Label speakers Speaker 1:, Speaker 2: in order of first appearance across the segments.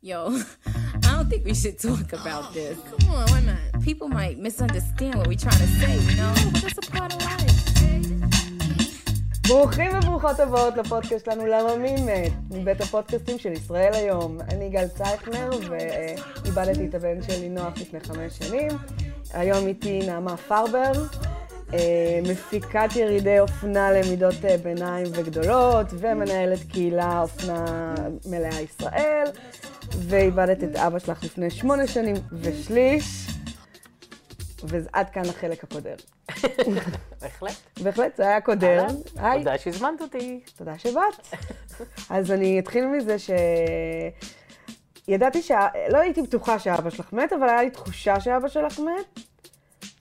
Speaker 1: Yo, I don't think we should talk about this.
Speaker 2: Come on, why not?
Speaker 1: People might misunderstand what we're trying to say, you know? But that's a part of life.
Speaker 3: ברוכים וברוכות הבאות לפודקאסט שלנו למה מי מת, מבית הפודקאסטים של ישראל היום. אני גל צייכנר ואיבדתי את הבן שלי נוח לפני חמש שנים. היום איתי נעמה פרבר, אה, מפיקת ירידי אופנה למידות אה, ביניים וגדולות ומנהלת קהילה אופנה מלאה ישראל. ואיבדת את אבא שלך לפני שמונה שנים ושליש, ועד כאן החלק הקודר.
Speaker 4: בהחלט.
Speaker 3: בהחלט, זה היה קודר.
Speaker 4: אהלן,
Speaker 3: כן, היי.
Speaker 4: תודה שהזמנת אותי.
Speaker 3: תודה שבאת. אז אני אתחיל מזה ש... ידעתי שה... לא הייתי בטוחה שאבא שלך מת, אבל היה לי תחושה שאבא שלך מת.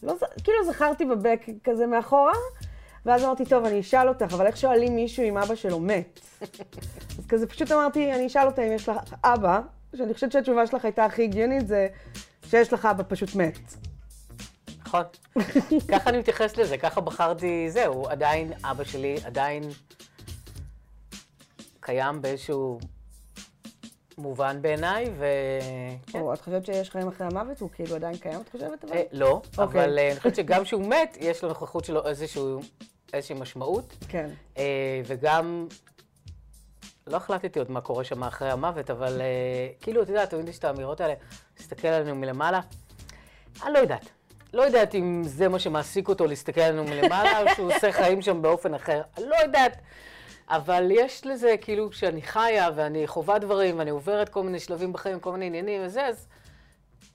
Speaker 3: לא ז... כאילו זכרתי בבק כזה מאחורה, ואז אמרתי, טוב, אני אשאל אותך, אבל איך שואלים מישהו אם אבא שלו מת? אז כזה פשוט אמרתי, אני אשאל אותה אם יש לך אבא, שאני חושבת שהתשובה שלך הייתה הכי הגיונית, זה שיש לך אבא פשוט מת.
Speaker 4: נכון. ככה אני מתייחס לזה, ככה בחרתי, זהו, עדיין אבא שלי עדיין קיים באיזשהו מובן בעיניי, ו... כן.
Speaker 3: או, את חושבת שיש חיים אחרי המוות? הוא כאילו עדיין קיים, את חושבת? אבל?
Speaker 4: אה, לא,
Speaker 3: אוקיי.
Speaker 4: אבל אה, אני חושבת שגם כשהוא מת, יש לנוכחות שלו איזשהו, איזושהי משמעות,
Speaker 3: כן.
Speaker 4: אה, וגם... לא החלטתי עוד מה קורה שם אחרי המוות, אבל אה, כאילו, את יודעת, תמיד יש את האמירות האלה, להסתכל עלינו מלמעלה. אני לא יודעת. לא יודעת אם זה מה שמעסיק אותו להסתכל עלינו מלמעלה, או שהוא עושה חיים שם באופן אחר. אני לא יודעת. אבל יש לזה, כאילו, כשאני חיה ואני חווה דברים, ואני עוברת כל מיני שלבים בחיים, כל מיני עניינים וזה, אז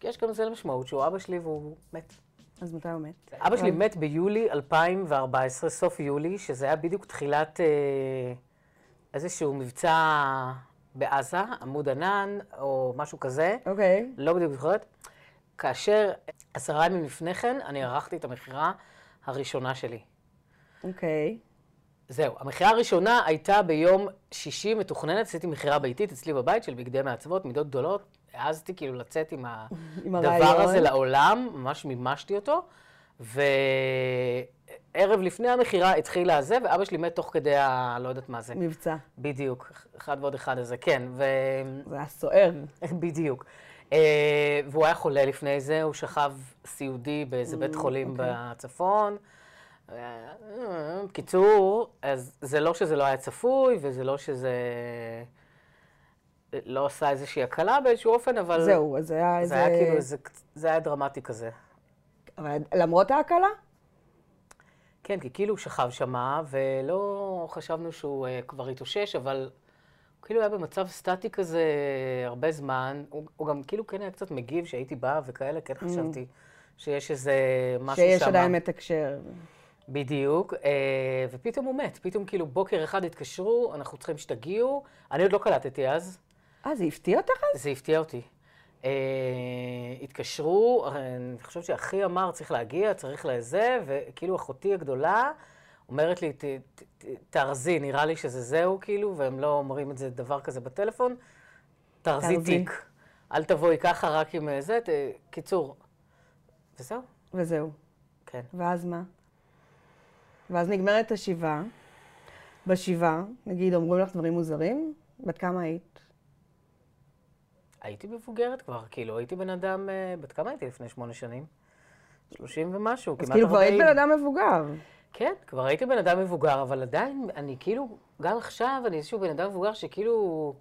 Speaker 4: יש גם לזה משמעות, שהוא אבא שלי והוא מת.
Speaker 3: אז מתי הוא מת?
Speaker 4: אבא שלי מת ביולי 2014, סוף יולי, שזה היה בדיוק תחילת אה, איזשהו מבצע בעזה, עמוד ענן, או משהו כזה.
Speaker 3: אוקיי.
Speaker 4: לא בדיוק זוכרת. כאשר עשרה ימים לפני כן, אני ערכתי את המכירה הראשונה שלי.
Speaker 3: אוקיי.
Speaker 4: זהו, המכירה הראשונה הייתה ביום שישי מתוכננת, עשיתי מכירה ביתית אצלי בבית של בגדי מעצבות, מידות גדולות. העזתי כאילו לצאת עם
Speaker 3: עם
Speaker 4: הדבר
Speaker 3: הרעיון.
Speaker 4: הזה לעולם, ממש מימשתי אותו. וערב לפני המכירה התחילה הזה, ואבא שלי מת תוך כדי ה... לא יודעת מה זה.
Speaker 3: מבצע.
Speaker 4: בדיוק, אחד ועוד אחד הזה, כן. ו...
Speaker 3: זה היה סוער.
Speaker 4: בדיוק. אה, והוא היה חולה לפני זה, הוא שכב סיעודי באיזה
Speaker 3: Mm,
Speaker 4: בית חולים
Speaker 3: אוקיי.
Speaker 4: בצפון. אה, בקיצור, אז זה לא שזה לא היה צפוי, וזה לא שזה... לא עשה איזושהי הקלה באיזשהו אופן, אבל...
Speaker 3: זהו, אז זה היה איזה...
Speaker 4: זה היה כאילו איזה... זה היה דרמטי כזה.
Speaker 3: אבל למרות ההקלה?
Speaker 4: כן, כי כאילו הוא שכב שמה, ולא חשבנו שהוא אה, כבר התאושש, אבל הוא כאילו היה במצב סטטי כזה אה, הרבה זמן. הוא, הוא גם כאילו כן היה קצת מגיב שהייתי באה וכאלה, כן חשבתי שיש איזה משהו שם.
Speaker 3: Mm. שיש עדיין מתקשר.
Speaker 4: בדיוק, אה, ופתאום הוא מת. פתאום כאילו בוקר אחד התקשרו, אנחנו צריכים שתגיעו. אני עוד לא קלטתי אז.
Speaker 3: אה, זה הפתיע אותך אז?
Speaker 4: זה הפתיע אותי. אה, התקשרו, אה, אני חושבת שאחי אמר, צריך להגיע, צריך לזה, וכאילו אחותי הגדולה אומרת לי, "ת- ת- ת- תארזי, נראה לי שזה זהו, כאילו, והם לא אומרים את זה, דבר כזה בטלפון, תארזי
Speaker 3: תארזי.
Speaker 4: תיק. אל תבואי ככה, רק עם אה, זה, ת- קיצור. וזהו,
Speaker 3: וזהו.
Speaker 4: כן.
Speaker 3: ואז מה? ואז נגמרת השבעה. בשבעה, נגיד, אומרים לך דברים מוזרים? בת כמה היית?
Speaker 4: הייתי מבוגרת כבר, כאילו, הייתי בן אדם, אה, בת כמה הייתי לפני שמונה שנים? שלושים ומשהו,
Speaker 3: אז
Speaker 4: כמעט
Speaker 3: כאילו כבר היית
Speaker 4: ארבעים.
Speaker 3: בן אדם מבוגר.
Speaker 4: כן, כבר הייתי בן אדם מבוגר, אבל עדיין, אני כאילו, גם עכשיו אני איזשהו בן אדם מבוגר שכאילו,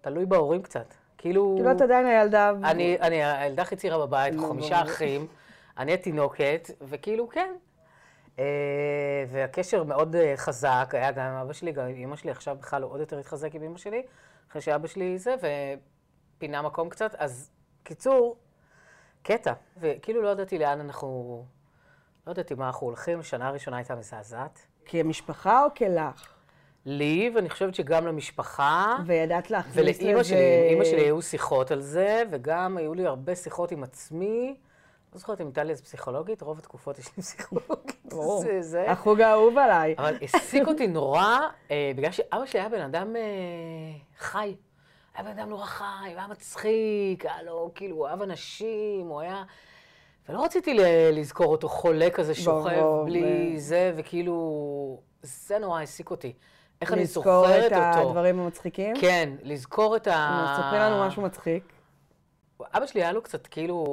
Speaker 4: תלוי בהורים קצת. כאילו,
Speaker 3: כאילו את עדיין הילדה...
Speaker 4: אני, אני הילדה הכי צעירה בבית,
Speaker 3: לא,
Speaker 4: חמישה
Speaker 3: ברור.
Speaker 4: אחים, אני התינוקת, וכאילו, כן. אה, והקשר מאוד אה, חזק, היה גם עם אבא שלי, גם עם אמא שלי, עכשיו בכלל הוא עוד יותר התחזק עם אמא שלי, אחרי שאבא שלי זה, ופינה מקום קצת, אז קיצור, קטע. וכאילו לא ידעתי לאן אנחנו, לא ידעתי מה אנחנו הולכים, השנה הראשונה הייתה מזעזעת.
Speaker 3: כמשפחה או כלך?
Speaker 4: לי, ואני חושבת שגם למשפחה.
Speaker 3: וידעת להכניס לזה...
Speaker 4: אה? ולאימא שלי, עם אימא שלי היו שיחות על זה, וגם היו לי הרבה שיחות עם עצמי. לא זוכרת אם הייתה לי איזה פסיכולוגית, רוב התקופות יש לי פסיכולוגית.
Speaker 3: ברור.
Speaker 4: זה, זה.
Speaker 3: החוג האהוב עליי.
Speaker 4: אבל העסיק אותי נורא, אה, בגלל שאבא שלי היה בן אדם אה, חי. היה בן אדם נורא חי, הוא היה מצחיק, היה לו, כאילו, הוא אהב אנשים, הוא היה... ולא רציתי ל- לזכור אותו חולה כזה שוכב
Speaker 3: ברור,
Speaker 4: בלי
Speaker 3: אה.
Speaker 4: זה, וכאילו... זה נורא העסיק אותי. איך אני
Speaker 3: לזכור
Speaker 4: זוכרת
Speaker 3: את
Speaker 4: אותו.
Speaker 3: הדברים המצחיקים?
Speaker 4: כן, לזכור את ה...
Speaker 3: נו, ספרי לנו משהו מצחיק.
Speaker 4: אבא שלי היה לו קצת כאילו...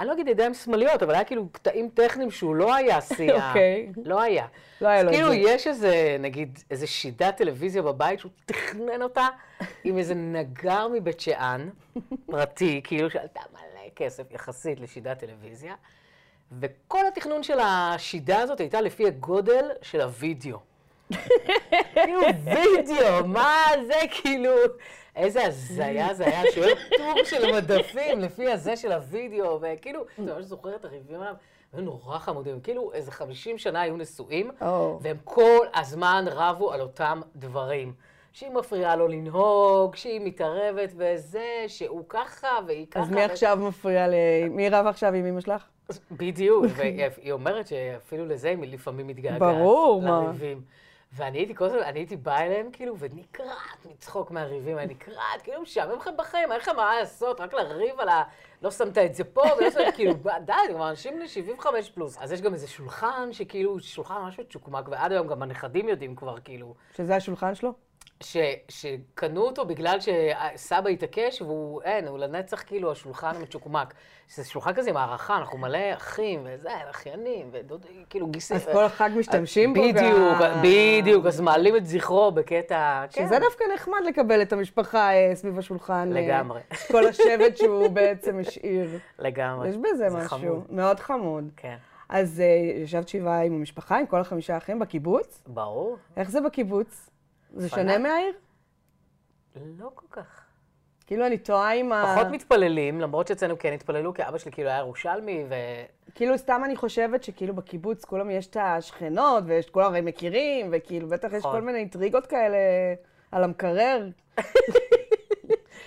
Speaker 4: אני לא אגיד ידיים שמאליות, אבל היה כאילו קטעים טכניים שהוא לא היה שיאה.
Speaker 3: אוקיי.
Speaker 4: לא היה.
Speaker 3: לא היה
Speaker 4: אז
Speaker 3: לו את
Speaker 4: כאילו
Speaker 3: זה.
Speaker 4: יש איזה, נגיד, איזה שידת טלוויזיה בבית שהוא תכנן אותה עם איזה נגר מבית שאן, פרטי, כאילו שעלתה מלא כסף יחסית לשידת טלוויזיה, וכל התכנון של השידה הזאת הייתה לפי הגודל של הוידאו. כאילו וידאו, מה זה כאילו? איזה הזיה זה היה, שהוא היה טור של מדפים לפי הזה של הוידאו, וכאילו, אתה ממש זוכר את הריבים עליו, היו נורא חמודים, כאילו איזה 50 שנה היו נשואים,
Speaker 3: או.
Speaker 4: והם כל הזמן רבו על אותם דברים. שהיא מפריעה לו לנהוג, שהיא מתערבת בזה, שהוא ככה והיא ככה.
Speaker 3: אז
Speaker 4: ו-
Speaker 3: מי עכשיו מפריע ל... מי רב עכשיו עם אמא שלך?
Speaker 4: אז בדיוק, והיא אומרת שאפילו לזה היא לפעמים מתגעגעת.
Speaker 3: אוקיי. ברור, מה.
Speaker 4: לריבים. ואני הייתי כל הזמן, אני הייתי באה אליהם כאילו, ונקרעת מצחוק מהריבים, אני נקרעת, כאילו משעמם לכם בחיים, אין לכם מה לעשות, רק לריב על ה... לא שמת את זה פה, ולא שמת, כאילו, ב- די, כבר אנשים בני 75 פלוס. אז יש גם איזה שולחן, שכאילו, שולחן ממש מצ'וקמק, ועד היום גם הנכדים יודעים כבר, כאילו,
Speaker 3: שזה השולחן שלו?
Speaker 4: ש, שקנו אותו בגלל שסבא התעקש, והוא, אין, הוא לנצח כאילו השולחן המצ'וקמק. שזה שולחן כזה עם הערכה, אנחנו מלא אחים, וזה, אחיינים, ודוד, כאילו גיסים.
Speaker 3: אז כל החג משתמשים בו גם.
Speaker 4: בדיוק, בדיוק, אז מעלים את זכרו בקטע, כן.
Speaker 3: שזה לא דווקא נחמד לקבל את המשפחה אה, סביב השולחן. אה,
Speaker 4: לגמרי.
Speaker 3: כל השבט שהוא בעצם השאיר.
Speaker 4: לגמרי.
Speaker 3: יש בזה
Speaker 4: זה
Speaker 3: משהו.
Speaker 4: חמוד.
Speaker 3: מאוד חמוד.
Speaker 4: כן,
Speaker 3: אז אה, ישבת שבעה עם המשפחה, עם כל החמישה האחים, בקיבוץ?
Speaker 4: ברור.
Speaker 3: איך זה בקיבוץ? זה
Speaker 4: פנאט.
Speaker 3: שונה מהעיר?
Speaker 4: לא כל כך.
Speaker 3: כאילו, אני תוהה עם ה...
Speaker 4: פחות מתפללים, למרות שאצלנו כן התפללו, כי אבא שלי כאילו היה ירושלמי, ו...
Speaker 3: כאילו, סתם אני חושבת שכאילו בקיבוץ כולם יש את השכנות, וכולם הרי מכירים, וכאילו, בטח יש
Speaker 4: נכון.
Speaker 3: כל מיני אינטריגות כאלה על המקרר.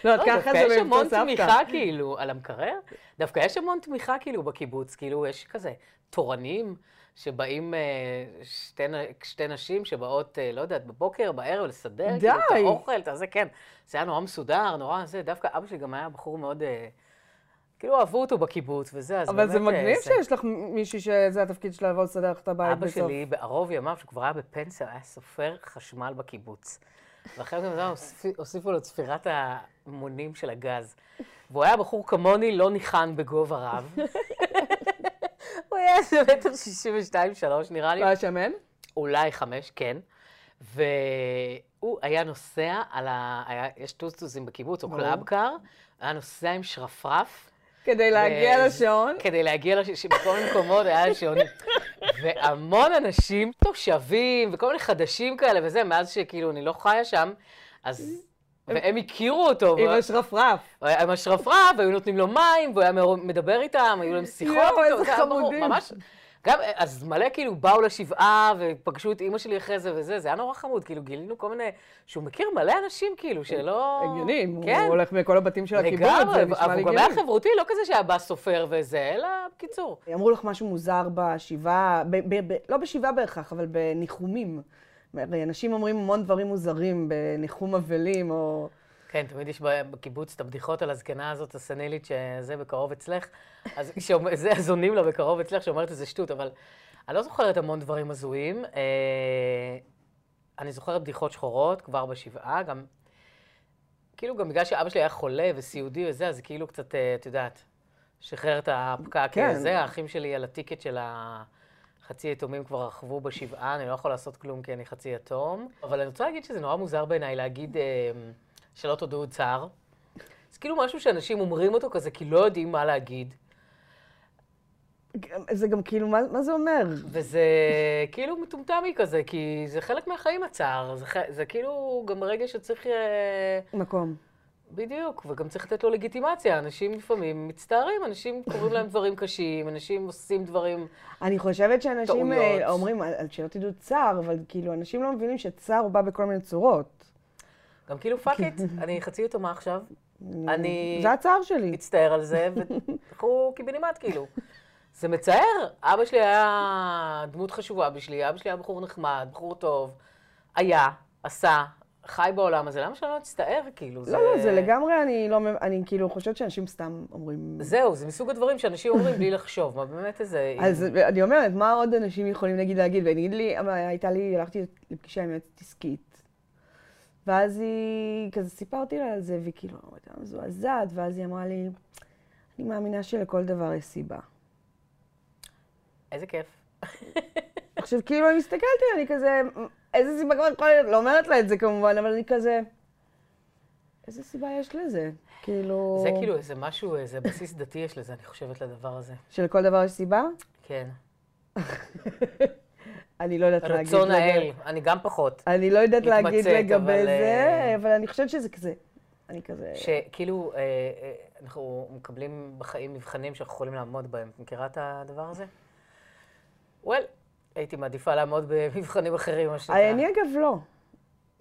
Speaker 3: לא,
Speaker 4: לא,
Speaker 3: ככה
Speaker 4: דווקא
Speaker 3: זה
Speaker 4: יש המון
Speaker 3: באמצעות סבתא.
Speaker 4: תמיכה כאילו על המקרר, דווקא יש המון תמיכה כאילו בקיבוץ, כאילו יש כזה תורנים שבאים אה, שתי, נ- שתי נשים שבאות, אה, לא יודעת, בבוקר, בערב, לסדר, כאילו, את
Speaker 3: די.
Speaker 4: האוכל, את הזה, כן. זה היה נורא מסודר, נורא זה, דווקא אבא שלי גם היה בחור מאוד, אה, כאילו אהבו אותו בקיבוץ וזה, אז
Speaker 3: אבל
Speaker 4: באמת...
Speaker 3: זה
Speaker 4: אה,
Speaker 3: מגניב
Speaker 4: זה-
Speaker 3: שיש לך מישהי שזה התפקיד שלה לבוא לסדר לך את הבית
Speaker 4: אבא
Speaker 3: בסוף.
Speaker 4: שלי, בערוב ימיו, שהוא כבר היה בפנסיה, היה סופר חשמל בקיבוץ. ואחרי זה הוסיפ- הוסיפו לו את ספירת המונים של הגז. והוא היה בחור כמוני, לא ניחן בגובה רב. הוא היה איזה מטר 62-3 נראה לי,
Speaker 3: לא היה שמן?
Speaker 4: אולי חמש, כן. והוא היה נוסע על ה... היה... יש טוסטוסים בקיבוץ, או
Speaker 3: ברור.
Speaker 4: קלאבקר, היה נוסע עם שרפרף.
Speaker 3: כדי
Speaker 4: ו-
Speaker 3: להגיע לשעון?
Speaker 4: כדי להגיע לשעון, בכל מיני מקומות היה שעונים. והמון אנשים, תושבים וכל מיני חדשים כאלה וזה, מאז שכאילו אני לא חיה שם, אז... והם הכירו
Speaker 3: עם
Speaker 4: אותו, והוא-
Speaker 3: השרפרף.
Speaker 4: הוא היה עם השרפרף, והיו נותנים לו מים, והוא היה מר- מדבר איתם, היו להם שיחות
Speaker 3: יואו,
Speaker 4: איתו.
Speaker 3: איזה
Speaker 4: זה היה ברור,
Speaker 3: חמודים.
Speaker 4: ממש, גם, אז מלא כאילו באו לשבעה, ופגשו את אימא שלי אחרי זה וזה, זה היה נורא חמוד, כאילו גילינו כל מיני, שהוא מכיר מלא אנשים כאילו, שלא...
Speaker 3: הגיוני, אם
Speaker 4: כן.
Speaker 3: הוא הולך מכל הבתים של הקיבוץ,
Speaker 4: לגמרי,
Speaker 3: זה
Speaker 4: אבל
Speaker 3: נשמע לי
Speaker 4: הוא גם היה
Speaker 3: הגיוני.
Speaker 4: חברותי, לא כזה שהיה בא סופר וזה, אלא בקיצור.
Speaker 3: אמרו לך משהו מוזר בשבעה, ב- ב- ב- לא בשבעה בהכרח, אבל בניחומים. הרי אנשים אומרים המון דברים מוזרים בניחום אבלים, או...
Speaker 4: כן, תמיד יש ב- בקיבוץ את הבדיחות על הזקנה הזאת, הסנילית, שזה בקרוב אצלך. אז שאומר- זה, אז עונים לה בקרוב אצלך, שאומרת איזה שטות, אבל אני לא זוכרת המון דברים הזויים. אה, אני זוכרת בדיחות שחורות כבר בשבעה, גם... כאילו, גם בגלל שאבא שלי היה חולה וסיעודי וזה, אז כאילו קצת, אה, את יודעת, שחרר את הפקק
Speaker 3: כן.
Speaker 4: הזה. האחים שלי על הטיקט של ה... חצי יתומים כבר רכבו בשבעה, אני לא יכול לעשות כלום כי אני חצי יתום. אבל אני רוצה להגיד שזה נורא מוזר בעיניי להגיד אה, שלא תודו צער. זה כאילו משהו שאנשים אומרים אותו כזה כי לא יודעים מה להגיד.
Speaker 3: זה גם כאילו, מה, מה זה אומר?
Speaker 4: וזה כאילו מטומטמי כזה, כי זה חלק מהחיים הצער. זה, ח... זה כאילו גם רגע שצריך... אה,
Speaker 3: מקום.
Speaker 4: בדיוק, וגם צריך לתת לו לגיטימציה. אנשים לפעמים מצטערים, אנשים קוראים להם דברים קשים, אנשים עושים דברים...
Speaker 3: אני חושבת שאנשים אה,
Speaker 4: טעויות.
Speaker 3: אומרים, "אל- אל- שלא תדעו צער, אבל כאילו, אנשים לא מבינים שצער הוא בא בכל מיני צורות.
Speaker 4: גם כאילו, פאק איט, אני חצי יתומה עכשיו, אני...
Speaker 3: זה הצער שלי.
Speaker 4: מצטער על זה, ותלכו קיבינימט, כאילו. זה מצער. אבא שלי היה דמות חשובה בשבילי, אבא שלי היה בחור נחמד, בחור טוב, היה, עשה, חי בעולם הזה, למה שאני לא אצטער, כאילו?
Speaker 3: לא, לא, זה לגמרי, אני לא, מ- אני כאילו חושבת שאנשים סתם אומרים...
Speaker 4: זהו, זה מסוג הדברים שאנשים אומרים בלי לחשוב. מה באמת איזה...
Speaker 3: אז אני אומרת, מה עוד אנשים יכולים נגיד להגיד? ונגיד לי, אבל הייתה לי, הלכתי לפגישה עם יועצת עסקית, ואז היא, כזה סיפרתי לה על זה, והיא כאילו הייתה מזועזעת, ואז היא אמרה לי, אני מאמינה שלכל דבר יש סיבה.
Speaker 4: איזה כיף.
Speaker 3: עכשיו, כאילו, אני מסתכלת עליה, אני כזה, איזה סיבה כבר יכולה להיות? לא אומרת לה את זה כמובן, אבל אני כזה, איזה סיבה יש לזה? כאילו...
Speaker 4: זה כאילו איזה משהו, איזה בסיס דתי יש לזה, אני חושבת, לדבר הזה.
Speaker 3: שלכל דבר יש סיבה?
Speaker 4: כן.
Speaker 3: אני לא יודעת להגיד.
Speaker 4: רצון
Speaker 3: לגבי-
Speaker 4: האל, אני גם פחות.
Speaker 3: אני לא יודעת להגיד
Speaker 4: מתמצאת,
Speaker 3: לגבי
Speaker 4: אבל,
Speaker 3: זה,
Speaker 4: אה,
Speaker 3: אבל אני חושבת שזה כזה, אני כזה...
Speaker 4: שכאילו, אה, אה, אנחנו מקבלים בחיים מבחנים שאנחנו יכולים לעמוד בהם. את מכירה את הדבר הזה? וול, הייתי מעדיפה לעמוד במבחנים אחרים, מה שנקרא.
Speaker 3: אני אגב לא.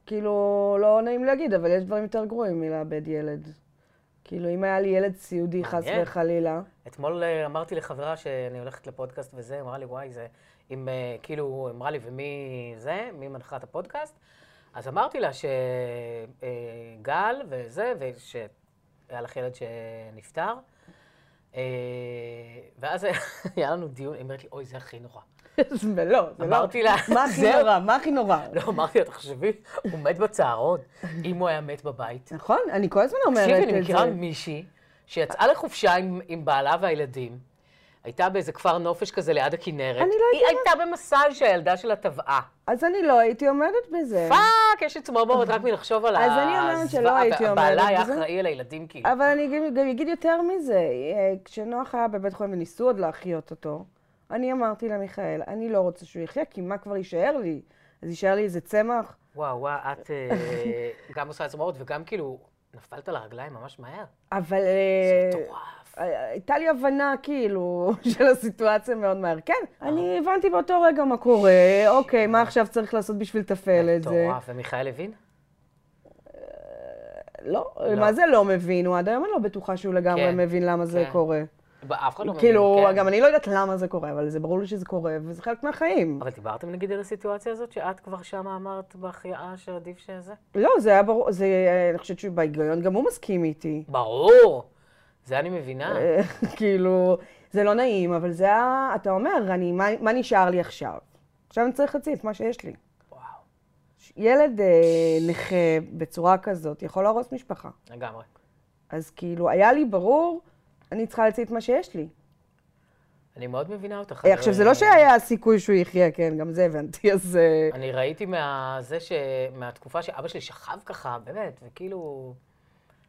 Speaker 3: כאילו, לא נעים להגיד, אבל יש דברים יותר גרועים מלאבד ילד. כאילו, אם היה לי ילד סיעודי, חס
Speaker 4: מעניין.
Speaker 3: וחלילה,
Speaker 4: אתמול אה, אמרתי לחברה שאני הולכת לפודקאסט וזה, היא אמרה לי, וואי, זה... אם אה, כאילו, היא אמרה לי, ומי זה? מי מנחה את הפודקאסט? אז אמרתי לה שגל וזה, ושהיה לך ילד שנפטר. אה, ואז היה לנו דיון, היא אומרת לי, אוי, זה הכי נורא.
Speaker 3: אז לא, זה לא.
Speaker 4: אמרתי לה,
Speaker 3: מה הכי
Speaker 4: זהו.
Speaker 3: נורא? מה הכי נורא?
Speaker 4: לא, אמרתי לה, תחשבי, הוא מת בצהרון, אם הוא היה מת בבית.
Speaker 3: נכון, אני כל הזמן אומרת את זה.
Speaker 4: תקשיבי, אני מכירה מישהי שיצאה לחופשה עם, עם בעלה והילדים, הייתה באיזה כפר נופש כזה ליד הכנרת.
Speaker 3: אני לא
Speaker 4: היא הייתה במסע שהילדה שלה טבעה.
Speaker 3: אז אני לא הייתי עומדת בזה.
Speaker 4: פאק, יש לי צמרמורת רק מלחשוב על
Speaker 3: אז אני אומרת
Speaker 4: הזוועה,
Speaker 3: שלא הייתי
Speaker 4: והבעלה
Speaker 3: אומרת
Speaker 4: היה
Speaker 3: בזה.
Speaker 4: אחראי על הילדים, כאילו.
Speaker 3: אבל אני גם- גם אגיד יותר מזה, אה, כשנוח היה בבית חולים וניסו עוד להחיות אותו, אני אמרתי למיכאל, אני לא רוצה שהוא יחיה, כי מה כבר יישאר לי? אז יישאר לי איזה צמח?
Speaker 4: וואו, וואו, את אה, גם עושה צמרמורת וגם כאילו נפלת על הרגליים ממש מהר.
Speaker 3: אבל
Speaker 4: זה
Speaker 3: אה,
Speaker 4: מטורף.
Speaker 3: אה, הייתה לי הבנה, כאילו, של הסיטואציה מאוד מהר. כן,
Speaker 4: אה.
Speaker 3: אני הבנתי באותו רגע מה קורה, אוקיי, מה עכשיו צריך לעשות בשביל לתפעל את זה?
Speaker 4: מטורף. ומיכאל הבין?
Speaker 3: לא,
Speaker 4: לא.
Speaker 3: מה זה לא מבין? הוא עד היום אני לא בטוחה שהוא לגמרי
Speaker 4: כן,
Speaker 3: מבין למה זה
Speaker 4: כן.
Speaker 3: קורה.
Speaker 4: אף אחד לא מבין.
Speaker 3: כאילו,
Speaker 4: כן.
Speaker 3: גם אני לא יודעת למה זה קורה, אבל זה ברור לי שזה קורה, וזה חלק מהחיים.
Speaker 4: אבל דיברתם נגיד על הסיטואציה הזאת, שאת כבר שמה אמרת בהחייאה שעדיף שזה?
Speaker 3: לא, זה היה ברור, זה, אה, אני חושבת שבהיגיון גם הוא מסכים איתי.
Speaker 4: ברור. זה אני מבינה.
Speaker 3: אה, כאילו, זה לא נעים, אבל זה היה, אתה אומר, אני, מה, מה נשאר לי עכשיו? עכשיו אני צריך להוציא את מה שיש לי.
Speaker 4: וואו,
Speaker 3: ילד אה, נכה בצורה כזאת יכול להרוס משפחה.
Speaker 4: לגמרי.
Speaker 3: אז כאילו, היה לי ברור, אני צריכה להוציא את מה שיש לי.
Speaker 4: אני מאוד מבינה אותך.
Speaker 3: אה,
Speaker 4: אני-
Speaker 3: עכשיו, זה לא שהיה סיכוי שהוא יחיה, כן, גם זה הבנתי, אז... אה,
Speaker 4: אני ראיתי מהזה ש... מהתקופה שאבא שלי שכב ככה, באמת, וכאילו...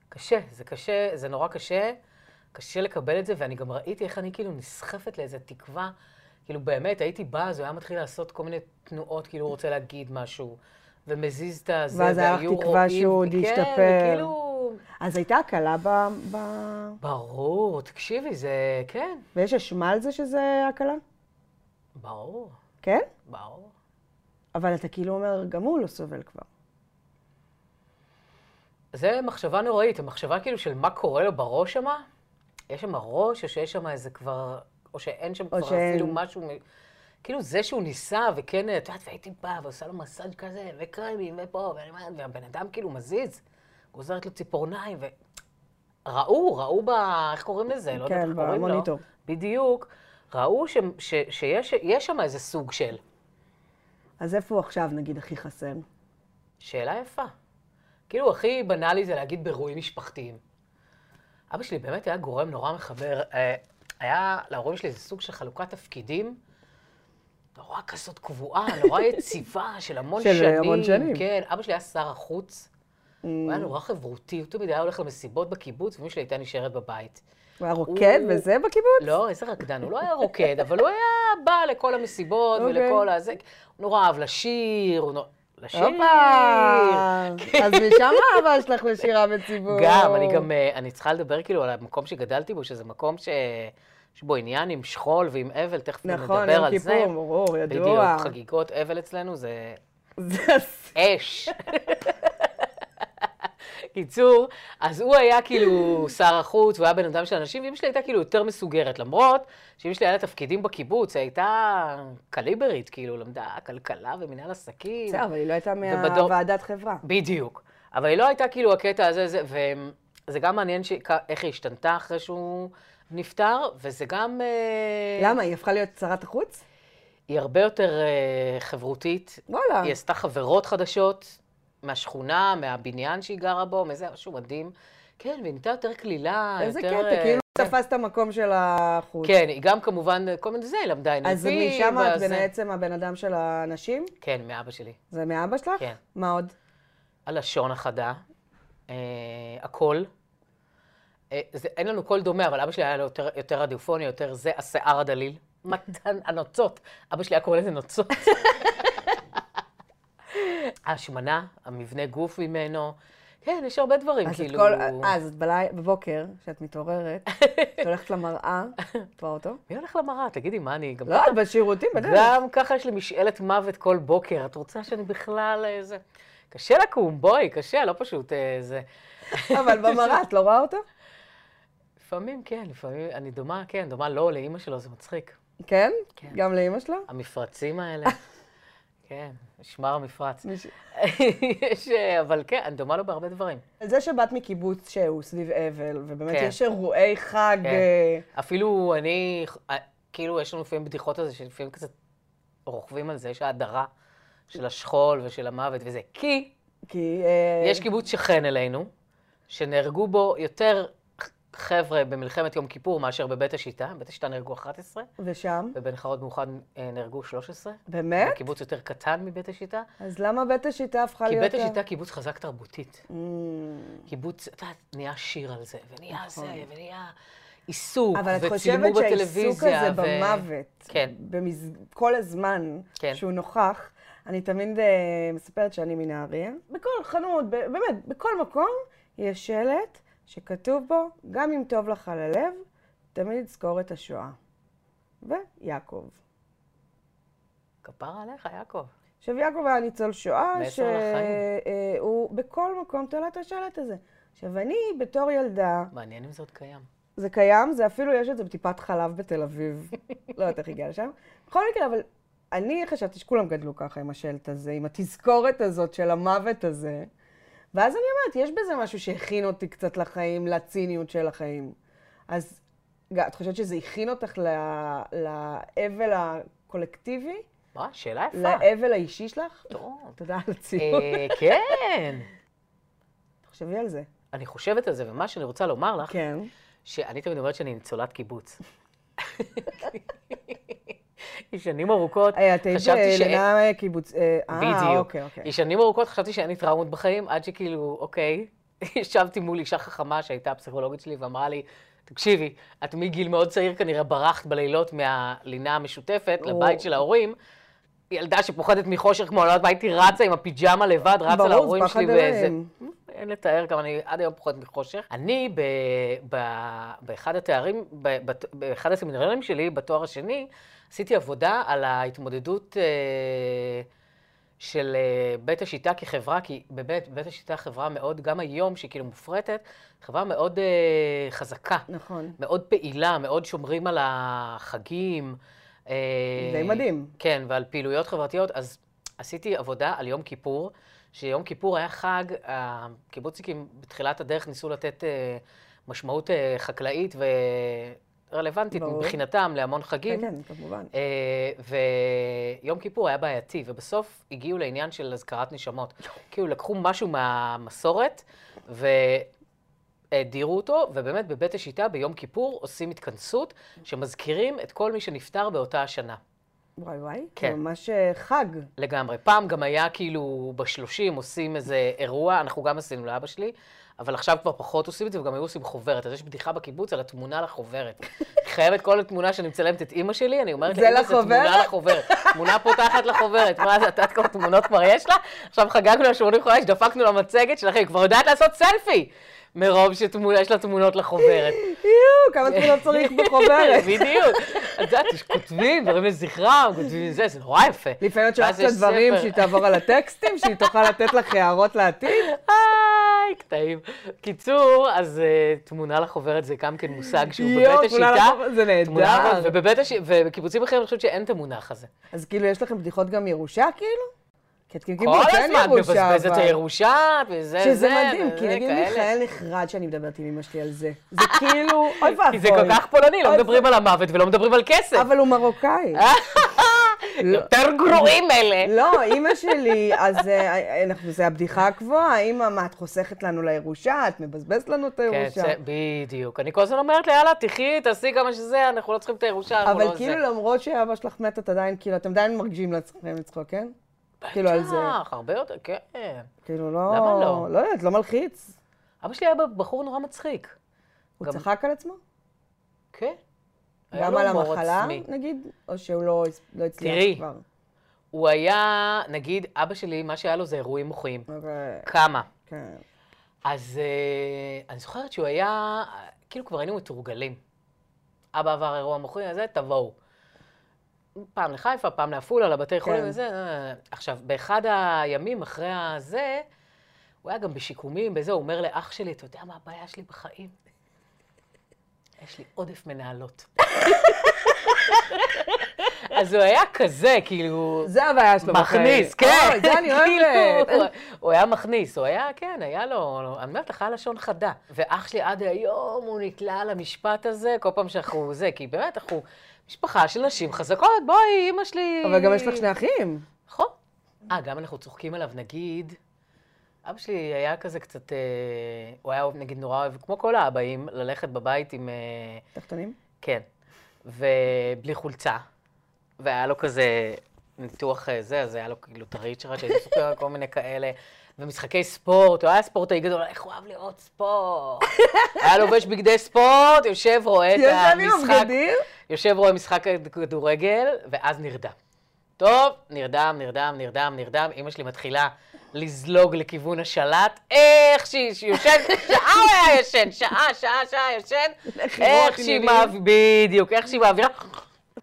Speaker 4: קשה, זה קשה, זה נורא קשה. קשה לקבל את זה, ואני גם ראיתי איך אני כאילו נסחפת לאיזו תקווה. כאילו, באמת, הייתי באה, אז הוא היה מתחיל לעשות כל מיני תנועות, כאילו הוא רוצה להגיד משהו, ומזיז את הזה,
Speaker 3: ואז היה לך
Speaker 4: והיו
Speaker 3: תקווה
Speaker 4: רואים-
Speaker 3: שהוא עוד
Speaker 4: כן,
Speaker 3: ישתפר.
Speaker 4: וכאילו...
Speaker 3: אז הייתה הקלה ב... ב...
Speaker 4: ברור, תקשיבי, זה... כן,
Speaker 3: ויש אשמה על זה שזה הקלה?
Speaker 4: ברור,
Speaker 3: כן?
Speaker 4: ברור.
Speaker 3: אבל אתה כאילו אומר, גם הוא לא סובל כבר.
Speaker 4: זה מחשבה נוראית, המחשבה כאילו של מה קורה לו בראש שמה. יש שם ראש, או שיש שם איזה כבר... או שאין שם כבר
Speaker 3: שאין.
Speaker 4: אפילו משהו... מ- כאילו זה שהוא ניסה, וכן, את יודעת, והייתי באה ועושה לו מסאז' כזה, וקרמים, ופה, ואני אומרת, והבן אדם כאילו מזיז, גוזרת לו ציפורניים, ו... ראו, ראו ב... איך קוראים לזה? לא יודעת
Speaker 3: כן,
Speaker 4: איך קוראים לו.
Speaker 3: במוניטור.
Speaker 4: בדיוק. ראו ש... ש... שיש יש שם איזה סוג של...
Speaker 3: אז איפה הוא עכשיו, נגיד, הכי חסר?
Speaker 4: שאלה יפה. כאילו, הכי בנאלי זה להגיד באירועים משפחתיים. אבא שלי באמת היה גורם נורא מחבר. אה, היה להורים שלי איזה סוג של חלוקת תפקידים, נורא כזאת קבועה, נורא יציבה, של המון
Speaker 3: של
Speaker 4: שנים.
Speaker 3: המון שנים. Mm.
Speaker 4: כן, אבא שלי היה שר החוץ, הוא היה נורא חברותי, הוא תמיד היה הולך למסיבות בקיבוץ, ואמא שלי הייתה נשארת בבית.
Speaker 3: הוא היה רוקד
Speaker 4: הוא-
Speaker 3: וזה בקיבוץ?
Speaker 4: לא, איזה רקדן, הוא לא היה רוקד, אבל הוא היה בא לכל המסיבות
Speaker 3: אוקיי.
Speaker 4: ולכל הזה. הוא נורא אהב לשיר, הוא נורא... לשיר!
Speaker 3: אז משם האהבה שלך לשירה בציבור.
Speaker 4: גם, אני גם, אה, אני צריכה לדבר כאילו על המקום שגדלתי בו, שזה מקום ש... יש בו עניין עם שכול ועם אבל, תכף
Speaker 3: נכון,
Speaker 4: נדבר
Speaker 3: יום
Speaker 4: על זה.
Speaker 3: כיפור, ברור,
Speaker 4: בדיוק,
Speaker 3: ידוע.
Speaker 4: חגיגות אבל אצלנו זה
Speaker 3: זה הס-
Speaker 4: אש. קיצור, אז הוא היה כאילו שר החוץ, הוא היה בן אדם של אנשים, ואמא שלי הייתה כאילו יותר מסוגרת, למרות שאמא שלי היה לה תפקידים בקיבוץ, היא הייתה קליברית, כאילו, למדה כלכלה ומנהל עסקים.
Speaker 3: בסדר, אבל היא לא הייתה
Speaker 4: ובדור-
Speaker 3: מהוועדת חברה.
Speaker 4: בדיוק. אבל היא לא הייתה כאילו הקטע הזה, זה, וזה גם מעניין ש... כ- איך היא השתנתה אחרי שהוא נפטר, וזה גם... אה,
Speaker 3: למה? היא הפכה להיות שרת החוץ?
Speaker 4: היא הרבה יותר אה, חברותית.
Speaker 3: וואלה.
Speaker 4: היא עשתה חברות חדשות מהשכונה, מהבניין שהיא גרה בו, מזה, משהו מדהים. כן, והיא נהייתה יותר קלילה, יותר...
Speaker 3: איזה
Speaker 4: אה,
Speaker 3: קטע, כאילו תפס את המקום של החוץ.
Speaker 4: כן, היא גם כמובן, אה, כל מיני זה, היא למדה NLP.
Speaker 3: אז משם את
Speaker 4: וזה-
Speaker 3: בעצם הבן אדם של הנשים?
Speaker 4: כן, מאבא שלי.
Speaker 3: זה מאבא שלך?
Speaker 4: כן.
Speaker 3: מה עוד?
Speaker 4: הלשון החדה, אה, הקול. אה, זה, אין לנו קול דומה, אבל אבא שלי היה לו יותר, יותר רדיופוני, יותר זה, השיער הדליל. מתן, הנוצות. אבא שלי היה קורא לזה נוצות. ההשמנה, המבנה גוף ממנו. כן, יש הרבה דברים,
Speaker 3: אז את
Speaker 4: כאילו...
Speaker 3: כל... אה, אז את בלי- בבוקר, כשאת מתעוררת, את הולכת למראה, את רואה אותו?
Speaker 4: מי הולך למראה? תגידי, מה אני... גם,
Speaker 3: לא, את בשירותים, בדרך.
Speaker 4: גם ככה יש לי משאלת מוות כל בוקר. את רוצה שאני בכלל איזה... קשה לקום, בואי, קשה, לא פשוט אה, זה.
Speaker 3: אבל במראה את לא רואה אותו?
Speaker 4: לפעמים כן, לפעמים אני דומה, כן, דומה לא לאימא שלו, זה מצחיק.
Speaker 3: כן?
Speaker 4: כן.
Speaker 3: גם לאימא שלו?
Speaker 4: המפרצים האלה, כן, משמר המפרץ.
Speaker 3: מישהי-
Speaker 4: יש, אה, אבל כן, אני דומה לו בהרבה דברים.
Speaker 3: זה שבאת מקיבוץ שהוא סביב אבל, ובאמת
Speaker 4: כן.
Speaker 3: יש אירועי חג...
Speaker 4: כן.
Speaker 3: אה,
Speaker 4: אפילו אני, אה, כאילו, יש לנו לפעמים בדיחות על זה, שלפעמים כזה רוכבים על זה, יש ההדרה של השכול ושל המוות וזה. כי
Speaker 3: כי... אה,
Speaker 4: יש קיבוץ שכן אלינו, שנהרגו בו יותר חבר'ה במלחמת יום כיפור מאשר בבית השיטה. בבית השיטה נהרגו 11,
Speaker 3: ושם?
Speaker 4: ובן חרוד מאוחד אה, נהרגו 13.
Speaker 3: באמת?
Speaker 4: זה קיבוץ יותר קטן מבית השיטה,
Speaker 3: אז למה בית השיטה הפכה
Speaker 4: כי
Speaker 3: להיות...
Speaker 4: בית
Speaker 3: ה-
Speaker 4: השיטה קיבוץ חזק תרבותית.
Speaker 3: Mm.
Speaker 4: קיבוץ, את יודעת, נהיה שיר על זה, ונהיה
Speaker 3: נכון.
Speaker 4: זה, ונהיה עיסוק,
Speaker 3: אבל את חושבת
Speaker 4: וצילמו
Speaker 3: שהעיסוק
Speaker 4: בטלוויזיה.
Speaker 3: הזה
Speaker 4: ו-
Speaker 3: במוות,
Speaker 4: כן.
Speaker 3: במז... כל הזמן
Speaker 4: כן.
Speaker 3: שהוא נוכח, אני תמיד uh, מספרת שאני מנהריה, בכל חנות, ב- באמת, בכל מקום יש שלט שכתוב בו, גם אם טוב לך על הלב, תמיד זכור את השואה. ויעקב.
Speaker 4: כפרה עליך, יעקב.
Speaker 3: עכשיו, יעקב היה ניצול שואה,
Speaker 4: מסר לחיים.
Speaker 3: שהוא בכל מקום תולה את השלט הזה. עכשיו, אני בתור ילדה,
Speaker 4: מעניין אם זה עוד קיים.
Speaker 3: זה קיים, זה אפילו יש את זה בטיפת חלב בתל אביב. לא יודעת איך הגיע לשם. בכל מקרה, אבל אני חשבתי שכולם גדלו ככה עם השלט הזה, עם התזכורת הזאת של המוות הזה. ואז אני אומרת, יש בזה משהו שהכין אותי קצת לחיים, לציניות של החיים. אז ג- את חושבת שזה הכין אותך ל- לאבל הקולקטיבי?
Speaker 4: מה? שאלה
Speaker 3: לא.
Speaker 4: יפה.
Speaker 3: לאבל האישי שלך?
Speaker 4: טוב.
Speaker 3: תודה על הציון.
Speaker 4: אה, כן.
Speaker 3: תחשבי על זה.
Speaker 4: אני חושבת על זה, ומה שאני רוצה לומר לך,
Speaker 3: כן.
Speaker 4: שאני תמיד אומרת שאני ניצולת קיבוץ. כי שנים ארוכות,
Speaker 3: אה, את היית
Speaker 4: חשבתי שאין-
Speaker 3: בלינה קיבוץ... אה, אה,
Speaker 4: בדיוק.
Speaker 3: אוקיי, אוקיי.
Speaker 4: היא שנים ארוכות חשבתי שאין לי טראומות בחיים, עד שכאילו, אוקיי, ישבתי מול אישה חכמה שהייתה הפסיכולוגית שלי ואמרה לי, תקשיבי, את מגיל מאוד צעיר כנראה ברחת בלילות מהלינה המשותפת
Speaker 3: או.
Speaker 4: לבית של ההורים. ילדה שפוחדת מחושך כמו לא יודעת מה, הייתי רצה עם הפיג'מה לבד, רצה
Speaker 3: ברור,
Speaker 4: להורים
Speaker 3: פחד
Speaker 4: שלי באיזה...
Speaker 3: אלוהים.
Speaker 4: אין לתאר, גם אני עד היום פוחדת מחושך. אני ב, ב, באחד התארים, ב, ב, באחד הסמינריונים שלי, בתואר השני, עשיתי עבודה על ההתמודדות אה, של אה, בית השיטה כחברה, כי באמת, בית השיטה חברה מאוד, גם היום, שהיא כאילו מופרטת, חברה מאוד אה, חזקה,
Speaker 3: נכון.
Speaker 4: מאוד פעילה, מאוד שומרים על החגים. אה,
Speaker 3: די מדהים.
Speaker 4: כן, ועל פעילויות חברתיות. אז עשיתי עבודה על יום כיפור, שיום כיפור היה חג, הקיבוציקים בתחילת הדרך ניסו לתת אה, משמעות אה, חקלאית ורלוונטית
Speaker 3: ברור.
Speaker 4: מבחינתם להמון חגים.
Speaker 3: כן, כן, כמובן.
Speaker 4: אה, ויום כיפור היה בעייתי, ובסוף הגיעו לעניין של אזכרת נשמות. כאילו לקחו משהו מהמסורת והדירו אותו, ובאמת בבית השיטה ביום כיפור עושים התכנסות שמזכירים את כל מי שנפטר באותה השנה.
Speaker 3: וואי וואי,
Speaker 4: כן.
Speaker 3: זה ממש אה, חג.
Speaker 4: לגמרי. פעם גם היה כאילו בשלושים עושים איזה אירוע, אנחנו גם עשינו לאבא שלי, אבל עכשיו כבר פחות עושים את זה, וגם היו עושים חוברת. אז יש בדיחה בקיבוץ על התמונה לחוברת. חייבת כל התמונה שאני מצלמת את אימא שלי, אני אומרת
Speaker 3: זה
Speaker 4: לה, אימא, זו תמונה
Speaker 3: לחוברת?"
Speaker 4: לחוברת. תמונה פותחת לחוברת. מה זה, את יודעת כמה תמונות כבר יש לה? עכשיו חגגנו לה 85, דפקנו לה מצגת שלכם, היא כבר יודעת לעשות סלפי. מרוב שיש לה תמונות לחוברת.
Speaker 3: יואו, כמה תמונות צריך בחוברת.
Speaker 4: בדיוק. את יודעת, יש כותבים דברים לזכרם, כותבים זה, זה נורא יפה.
Speaker 3: לפעמים את שולחת
Speaker 4: ואז
Speaker 3: לה
Speaker 4: יש
Speaker 3: דברים
Speaker 4: ספר.
Speaker 3: שהיא תעבור על הטקסטים, שהיא תוכל לתת לך הערות לעתיד.
Speaker 4: היי, קטעים. קיצור, אז אה, תמונה לחוברת זה גם כן מושג שהוא
Speaker 3: יואו,
Speaker 4: בבית
Speaker 3: תמונה
Speaker 4: השיטה.
Speaker 3: לחוברת, זה
Speaker 4: תמונה
Speaker 3: נהדר.
Speaker 4: לחוברת, ובבית השיטה, ובקיבוצים אחרים אני חושבת שאין את המונח הזה.
Speaker 3: אז כאילו, יש לכם בדיחות גם ירושה, כאילו? כי את כאילו
Speaker 4: כל
Speaker 3: כן
Speaker 4: הזמן את
Speaker 3: ירושה,
Speaker 4: מבזבזת
Speaker 3: אבל...
Speaker 4: הירושה, וזה, זה,
Speaker 3: שזה מדהים,
Speaker 4: וזה,
Speaker 3: כי נגיד
Speaker 4: כאלה.
Speaker 3: מיכאל נחרד שאני מדברת עם אמא שלי על זה. זה כאילו, אוי ואבוי.
Speaker 4: כי זה כל כך פולני, לא
Speaker 3: אוי,
Speaker 4: מדברים על המוות ולא מדברים על כסף.
Speaker 3: אבל הוא מרוקאי. לא.
Speaker 4: יותר גרועים אלה.
Speaker 3: לא, אימא שלי, אז אה, אנחנו, זה הבדיחה הגבוהה, אימא, מה, את חוסכת לנו לירושה? את מבזבזת לנו את
Speaker 4: כן,
Speaker 3: הירושה.
Speaker 4: זה- בדיוק. אני כל הזמן אומרת לה, יאללה, תחי, תעשי כמה שזה, אנחנו לא צריכים את הירושה, אנחנו לא
Speaker 3: אבל
Speaker 4: זה.
Speaker 3: כאילו, למרות שאבא שלך מת, את עדיין, כאילו, אתם עדיין מרגישים לעצמכם לצחוק, כן? כאילו, על זה.
Speaker 4: בטח, הרבה יותר, כן.
Speaker 3: כאילו, לא...
Speaker 4: למה לא?
Speaker 3: לא יודעת, לא מלחיץ.
Speaker 4: אבא שלי היה בחור נורא מצחיק.
Speaker 3: הוא
Speaker 4: גם-
Speaker 3: צחק על עצמו?
Speaker 4: כן. היה
Speaker 3: גם
Speaker 4: לו
Speaker 3: על
Speaker 4: הומור
Speaker 3: המחלה,
Speaker 4: עצמי.
Speaker 3: נגיד? או שהוא לא לא הצליח
Speaker 4: תראי.
Speaker 3: כבר?
Speaker 4: הוא היה, נגיד, אבא שלי, מה שהיה לו זה אירועים מוחיים.
Speaker 3: אבל-
Speaker 4: כמה?
Speaker 3: כן.
Speaker 4: אז אה, אני זוכרת שהוא היה, כאילו כבר היינו מתורגלים. אבא עבר אירוע מוחי, אז זה, תבואו. פעם לחיפה, פעם לעפולה, לבתי חולים
Speaker 3: כן.
Speaker 4: וזה. אה. עכשיו, באחד הימים אחרי הזה, הוא היה גם בשיקומים, בזה, הוא אומר לאח שלי, אתה יודע מה הבעיה שלי בחיים? יש לי עודף מנהלות. אז הוא היה כזה, כאילו...
Speaker 3: זה הבעיה שלו. בחיים.
Speaker 4: מכניס, כן.
Speaker 3: אוי, זה אני
Speaker 4: כאילו,
Speaker 3: אוהבת.
Speaker 4: הוא היה מכניס, הוא היה, כן, היה לו, אני אומרת לך, היה לשון חדה. ואח שלי עד היום, הוא נתלה על המשפט הזה, כל פעם שאנחנו זה, כי באמת, אנחנו משפחה של נשים חזקות, בואי, אימא שלי...
Speaker 3: אבל גם יש לך שני אחים.
Speaker 4: נכון. אה, גם אנחנו צוחקים עליו, נגיד, אבא שלי היה כזה קצת, אה, הוא היה, נגיד, נורא אוהב, כמו כל האבאים, ללכת בבית עם... אה,
Speaker 3: תחתונים?
Speaker 4: כן. ובלי חולצה. והיה לו כזה ניתוח אה, זה, אז היה לו כאילו טרית שלך, שהייתי סופר על כל מיני כאלה. ומשחקי ספורט, הוא היה ספורטאי גדול, איך הוא אהב לראות ספורט. היה לובש בגדי ספורט, יושב, רואה את
Speaker 3: יושב עם
Speaker 4: המשחק,
Speaker 3: הבגדים?
Speaker 4: יושב, רואה משחק כדורגל, ואז נרדם. טוב, נרדם, נרדם, נרדם, נרדם, אימא שלי מתחילה לזלוג לכיוון השלט, איך שהיא שהיא יושן, שעה הוא היה ישן, שעה, שעה, שעה ישן,
Speaker 3: לחירות,
Speaker 4: איך שהיא
Speaker 3: עניינים.
Speaker 4: מעבירה, בדיוק, איך שהיא מעבירה.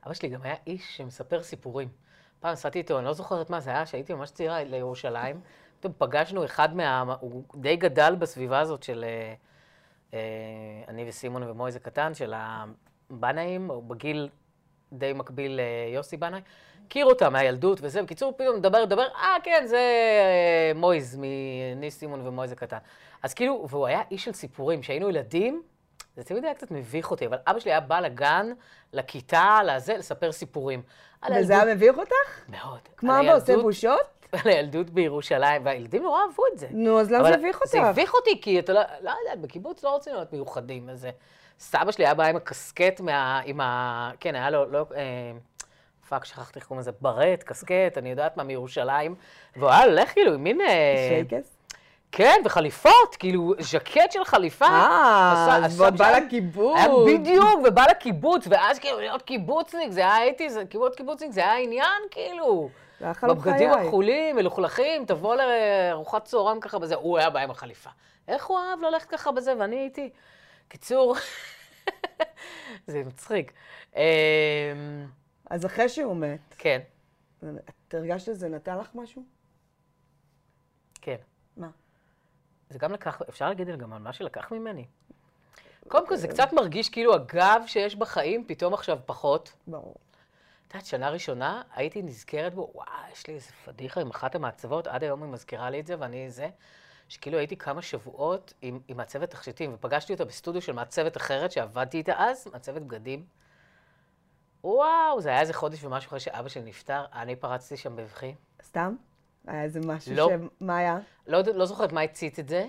Speaker 4: אבא שלי גם היה איש שמספר סיפורים. פעם נסעתי איתו, אני לא זוכרת מה זה היה, שהייתי ממש צעירה לירושלים, פתאום פגשנו אחד מה... הוא די גדל בסביבה הזאת של... אה, אה, אני וסימון ומויזה קטן, של הבנאים, הוא בגיל די מקביל ליוסי בנאי, הכיר אותה מהילדות וזה, בקיצור, פתאום מדבר, מדבר, אה, כן, זה אה, מויז, מני סימון ומויז הקטן. אז כאילו, והוא היה איש של סיפורים, כשהיינו ילדים, זה תמיד היה קצת מביך אותי, אבל אבא שלי היה בא לגן, לכיתה, לזה, לספר סיפורים. על
Speaker 3: וזה
Speaker 4: הילדות-
Speaker 3: היה מביך אותך?
Speaker 4: מאוד.
Speaker 3: כמו
Speaker 4: על
Speaker 3: אבא עושה
Speaker 4: הילדות-
Speaker 3: בושות?
Speaker 4: על הילדות בירושלים, והילדים נורא אהבו את זה.
Speaker 3: נו, אז למה זה
Speaker 4: אבל
Speaker 3: הביך
Speaker 4: זה
Speaker 3: אותך?
Speaker 4: הביך אותי, כי אתה לא, לא יודעת, בקיבוץ לא רוצים להיות מיוחדים, אז אה, סבא שלי היה בא עם הקסקט מה... עם ה... כן, היה לו, לא... אה, פאק, שכחתי איך קוראים לזה, ברט, קסקט, אני יודעת מה, מירושלים. והוא היה הולך כאילו עם מין... אה,
Speaker 3: שייקס?
Speaker 4: כן, וחליפות, כאילו, ז'קט של חליפה.
Speaker 3: אה,
Speaker 4: עשה-
Speaker 3: אז
Speaker 4: עשה
Speaker 3: בוא בא
Speaker 4: שם-
Speaker 3: לקיבוץ.
Speaker 4: היה בדיוק, ובא לקיבוץ, ואז כאילו להיות קיבוצניק, זה היה הייתי, זה- להיות קיבוצניק זה היה עניין, כאילו.
Speaker 3: זה היה חלום
Speaker 4: בבגדים
Speaker 3: חיי.
Speaker 4: הכחולים, מלוכלכים, תבוא לארוחת צהריים ככה בזה, הוא היה בא עם החליפה. איך הוא אהב ללכת ככה בזה, ואני הייתי... קיצור, זה מצחיק. אמ,
Speaker 3: אז אחרי שהוא מת,
Speaker 4: כן,
Speaker 3: את הרגשת שזה נתן לך משהו?
Speaker 4: כן.
Speaker 3: מה?
Speaker 4: זה גם לקח, אפשר להגיד גם על מה שלקח ממני. קודם כל,
Speaker 3: אוקיי.
Speaker 4: זה קצת מרגיש כאילו הגב שיש בחיים, פתאום עכשיו פחות.
Speaker 3: ברור.
Speaker 4: את יודעת, שנה ראשונה הייתי נזכרת בו, וואי, יש לי איזה פדיחה עם אחת המעצבות, עד היום היא מזכירה לי את זה, ואני זה, שכאילו הייתי כמה שבועות עם, עם מעצבת תכשיטים, ופגשתי אותה בסטודיו של מעצבת אחרת שעבדתי איתה אז, מעצבת בגדים. וואו, זה היה איזה חודש ומשהו אחרי שאבא שלי נפטר, אני פרצתי שם בבכי.
Speaker 3: סתם? היה איזה משהו
Speaker 4: לא.
Speaker 3: ש... מה היה?
Speaker 4: לא, יודע- לא זוכרת מה הצית את זה,